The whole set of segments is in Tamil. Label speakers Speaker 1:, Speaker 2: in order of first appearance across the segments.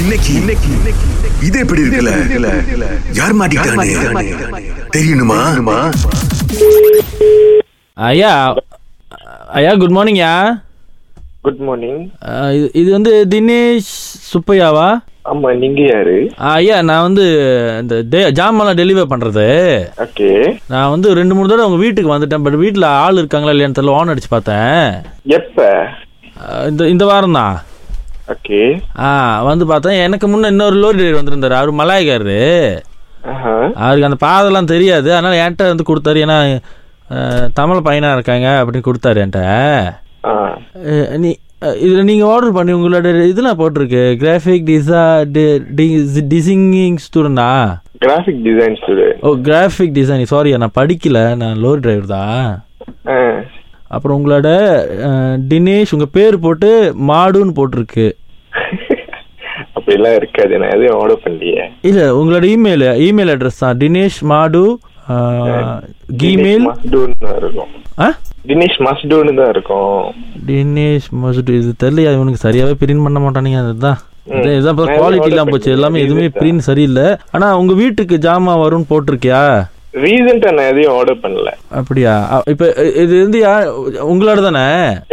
Speaker 1: இன்னைக்கு இன்னைக்கு இது எப்படி இருக்குல்ல யார் மாட்டிக்கிட்டானே தெரியணுமா
Speaker 2: ஐயா ஐயா குட் மார்னிங்யா
Speaker 3: குட் மார்னிங்
Speaker 2: இது இது வந்து தினேஷ் சுப்பையாவா
Speaker 3: ஆமா நீங்க யாரு
Speaker 2: ஆ, ஐயா நான் வந்து இந்த டே ஜாமான்லாம் டெலிவர் பண்ணுறது
Speaker 3: ஓகே
Speaker 2: நான் வந்து ரெண்டு மூணு தடவை உங்கள் வீட்டுக்கு வந்துட்டேன் பட் வீட்டில் ஆள் இருக்காங்களா இல்லையான்னு தெரியல ஆன் அடிச்சு பார்த்தேன்
Speaker 3: எப்ப
Speaker 2: ஆ, இந்த இந்த வாரம் தான்
Speaker 3: ஓகே
Speaker 2: ஆ வந்து பார்த்தேன் எனக்கு முன்னே இன்னொரு லோரி டிரைவர் வந்திருந்தாரு அவர் மலாய்க்காரரு
Speaker 3: ஆஹா
Speaker 2: அவருக்கு அந்த பாதெல்லாம் தெரியாது அதனால் என்கிட்ட வந்து கொடுத்தாரு ஏன்னா ஆ, தமிழ் பையனாக இருக்காங்க அப்படின்னு கொடுத்தாரு என்கிட்ட
Speaker 3: ஆ
Speaker 2: அஹ் நீ இதில் நீங்கள் ஆர்டர் பண்ணி உங்களோட இதெல்லாம் போட்டிருக்கு கிராஃபிக் டிசா டிசிங்கிங் ஸ்டூடெண்டா
Speaker 3: கிராஃபிக் டிசைன் ஸ்டூடெண்ட்
Speaker 2: ஓ கிராஃபிக் டிசைனிங் சாரி நான் படிக்கல நான் லோரி டிரைவர் தான் அப்புறம் உங்களோட அஹ், தினேஷ் உங்கள் பேர் போட்டு மாடுன்னு போட்டிருக்கு
Speaker 3: அப்படிலாம் இருக்காது நான் எதுவும் ஆர்டர் பண்ணலையே
Speaker 2: இல்லை உங்களோட இமெயில் இமெயில் அட்ரஸ் தான் தினேஷ் மாடு கிமெயில்
Speaker 3: மஸ்டூன்னு இருக்கும்
Speaker 2: ஆ
Speaker 3: தினேஷ் மஸ்டூன்னு தான் இருக்கும்
Speaker 2: தினேஷ் மசுட் இது தெரியல இவனுக்கு சரியாவே பிரிண்ட் பண்ண மாட்டானுங்க அதுதான் இதான் இதான் குவாலிட்டி எல்லாம் போச்சு எல்லாமே எதுவுமே பிரிண்ட் சரியில்லை ஆனா உங்க வீட்டுக்கு ஜாமா வரும்னு போட்டிருக்கியா
Speaker 3: ரீசெண்டா நான் எதையும் ஆர்டர் பண்ணல
Speaker 2: அப்படியா அ- இப்ப இ- இது வந்து யா உங்களோட தானே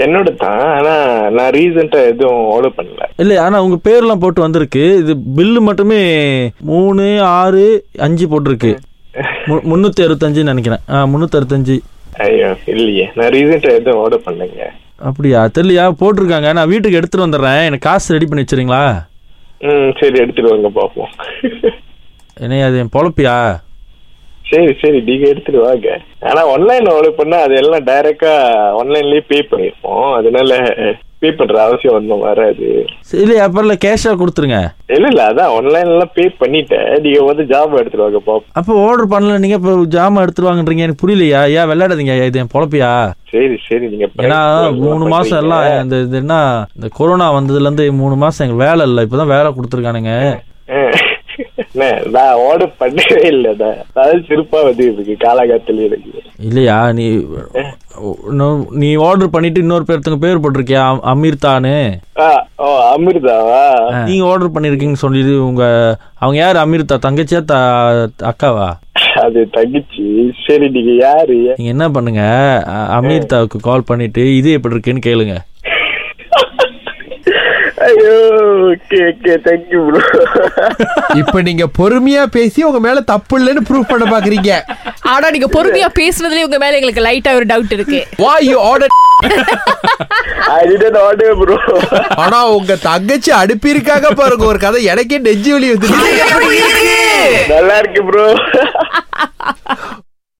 Speaker 3: என்னோட தான் ஆனா நான் ரீசெண்டா எதுவும் ஆர்டர் பண்ணல
Speaker 2: இல்ல ஆனா உங்க பேர்லாம் போட்டு வந்திருக்கு இது பில்லு மட்டுமே மூணு ஆறு அஞ்சு போட்டிருக்கு மு- முன்னூத்தி அறுபத்தஞ்சுன்னு நினைக்கிறேன் ஆ முன்னூத்தி அறுபத்தஞ்சு
Speaker 3: ஐயோ இல்லையே நான் ரீசெண்டா எதுவும் ஆர்டர் பண்ணலைங்க
Speaker 2: அப்படியா தெரியலையா போட்டிருக்காங்க நான் வீட்டுக்கு எடுத்துட்டு வந்துடுறேன் எனக்கு காசு ரெடி பண்ணி வச்சுறீங்களா
Speaker 3: ம் சரி எடுத்துட்டு வாங்க பாப்போம்
Speaker 2: என்னையா அது என் பொழப்பியா
Speaker 3: சரி சரி நீங்க எடுத்துட்டு வாங்க ஆனா ஆன்லைன் ஆர்டர் பண்ணா அது எல்லாம் டைரக்டா ஆன்லைன்லயே பே பண்ணிருப்போம் அதனால பே பண்ற அவசியம் ஒன்றும் வராது
Speaker 2: சரி இல்லையா அப்புறம் இல்லை கேஷாக கொடுத்துருங்க
Speaker 3: இல்ல இல்ல அதான் ஆன்லைன்ல எல்லாம் பே பண்ணிட்டேன் நீங்க வந்து ஜாப் எடுத்துட்டு வாங்க பாப்போம்
Speaker 2: அப்போ ஆர்டர் பண்ணல நீங்க இப்போ ஜாமான் எடுத்துருவாங்கன்றீங்க எனக்கு புரியலையா ஏன் விளையாடாதீங்க ஐயா, இது என் பொழப்பியா
Speaker 3: சரி சரி நீங்க
Speaker 2: ஏன்னா மூணு மாசம் எல்லாம் இந்த இது என்ன இந்த கொரோனா வந்ததுல இருந்து மூணு மாசம் எங்க வேலை இல்லை இப்பதான் வேலை கொடுத்துருக்கானுங்க
Speaker 3: அஹ். அண்ணே, நான் ஆர்டர் பண்ணவே இல்லைண்ணே அதாவது சிரிப்பா வந்து இருக்கு காலாகாத்துல இருக்கு
Speaker 2: இல்லையா நீ இன்னும் நீ ஆர்டர் பண்ணிட்டு இன்னொரு பேர்த்துக்கு பேர் போட்டிருக்கியா அம்- அமீர் தானு
Speaker 3: ஆ, ஓ அமிர்தாவா
Speaker 2: நீங்க ஆர்டர் பண்ணிருக்கீங்கன்னு சொல்லி உங்க அவங்க யார் அமீர் தா தங்கச்சியா தா அக்காவா
Speaker 3: அது தங்கிச்சு சரி நீங்க யாரு
Speaker 2: நீங்க என்ன பண்ணுங்க அ- அமீர் தாவுக்கு கால் பண்ணிட்டு இது எப்படி இருக்குன்னு கேளுங்க
Speaker 3: ஐயோ ஓகே ஓகே தேங்க்யூ ப்ரோ
Speaker 4: இப்ப நீங்க பொறுமையா பேசி உங்க மேல தப்பு இல்லைன்னு ப்ரூவ் பண்ண பாக்குறீங்க
Speaker 5: ஆனா நீங்க பொறுமையா பேசுனதுலயே உங்க மேல எங்களுக்கு லைட்டா ஒரு டவுட் இருக்கு
Speaker 4: வா you order
Speaker 3: I didn't order bro
Speaker 4: ஆனா உங்க தங்கச்சி அனுப்பியிருக்காங்க பாருங்க ஒரு கதை எனக்கே நெஞ்சு வலி வந்து
Speaker 3: நல்லா இருக்கு ப்ரோ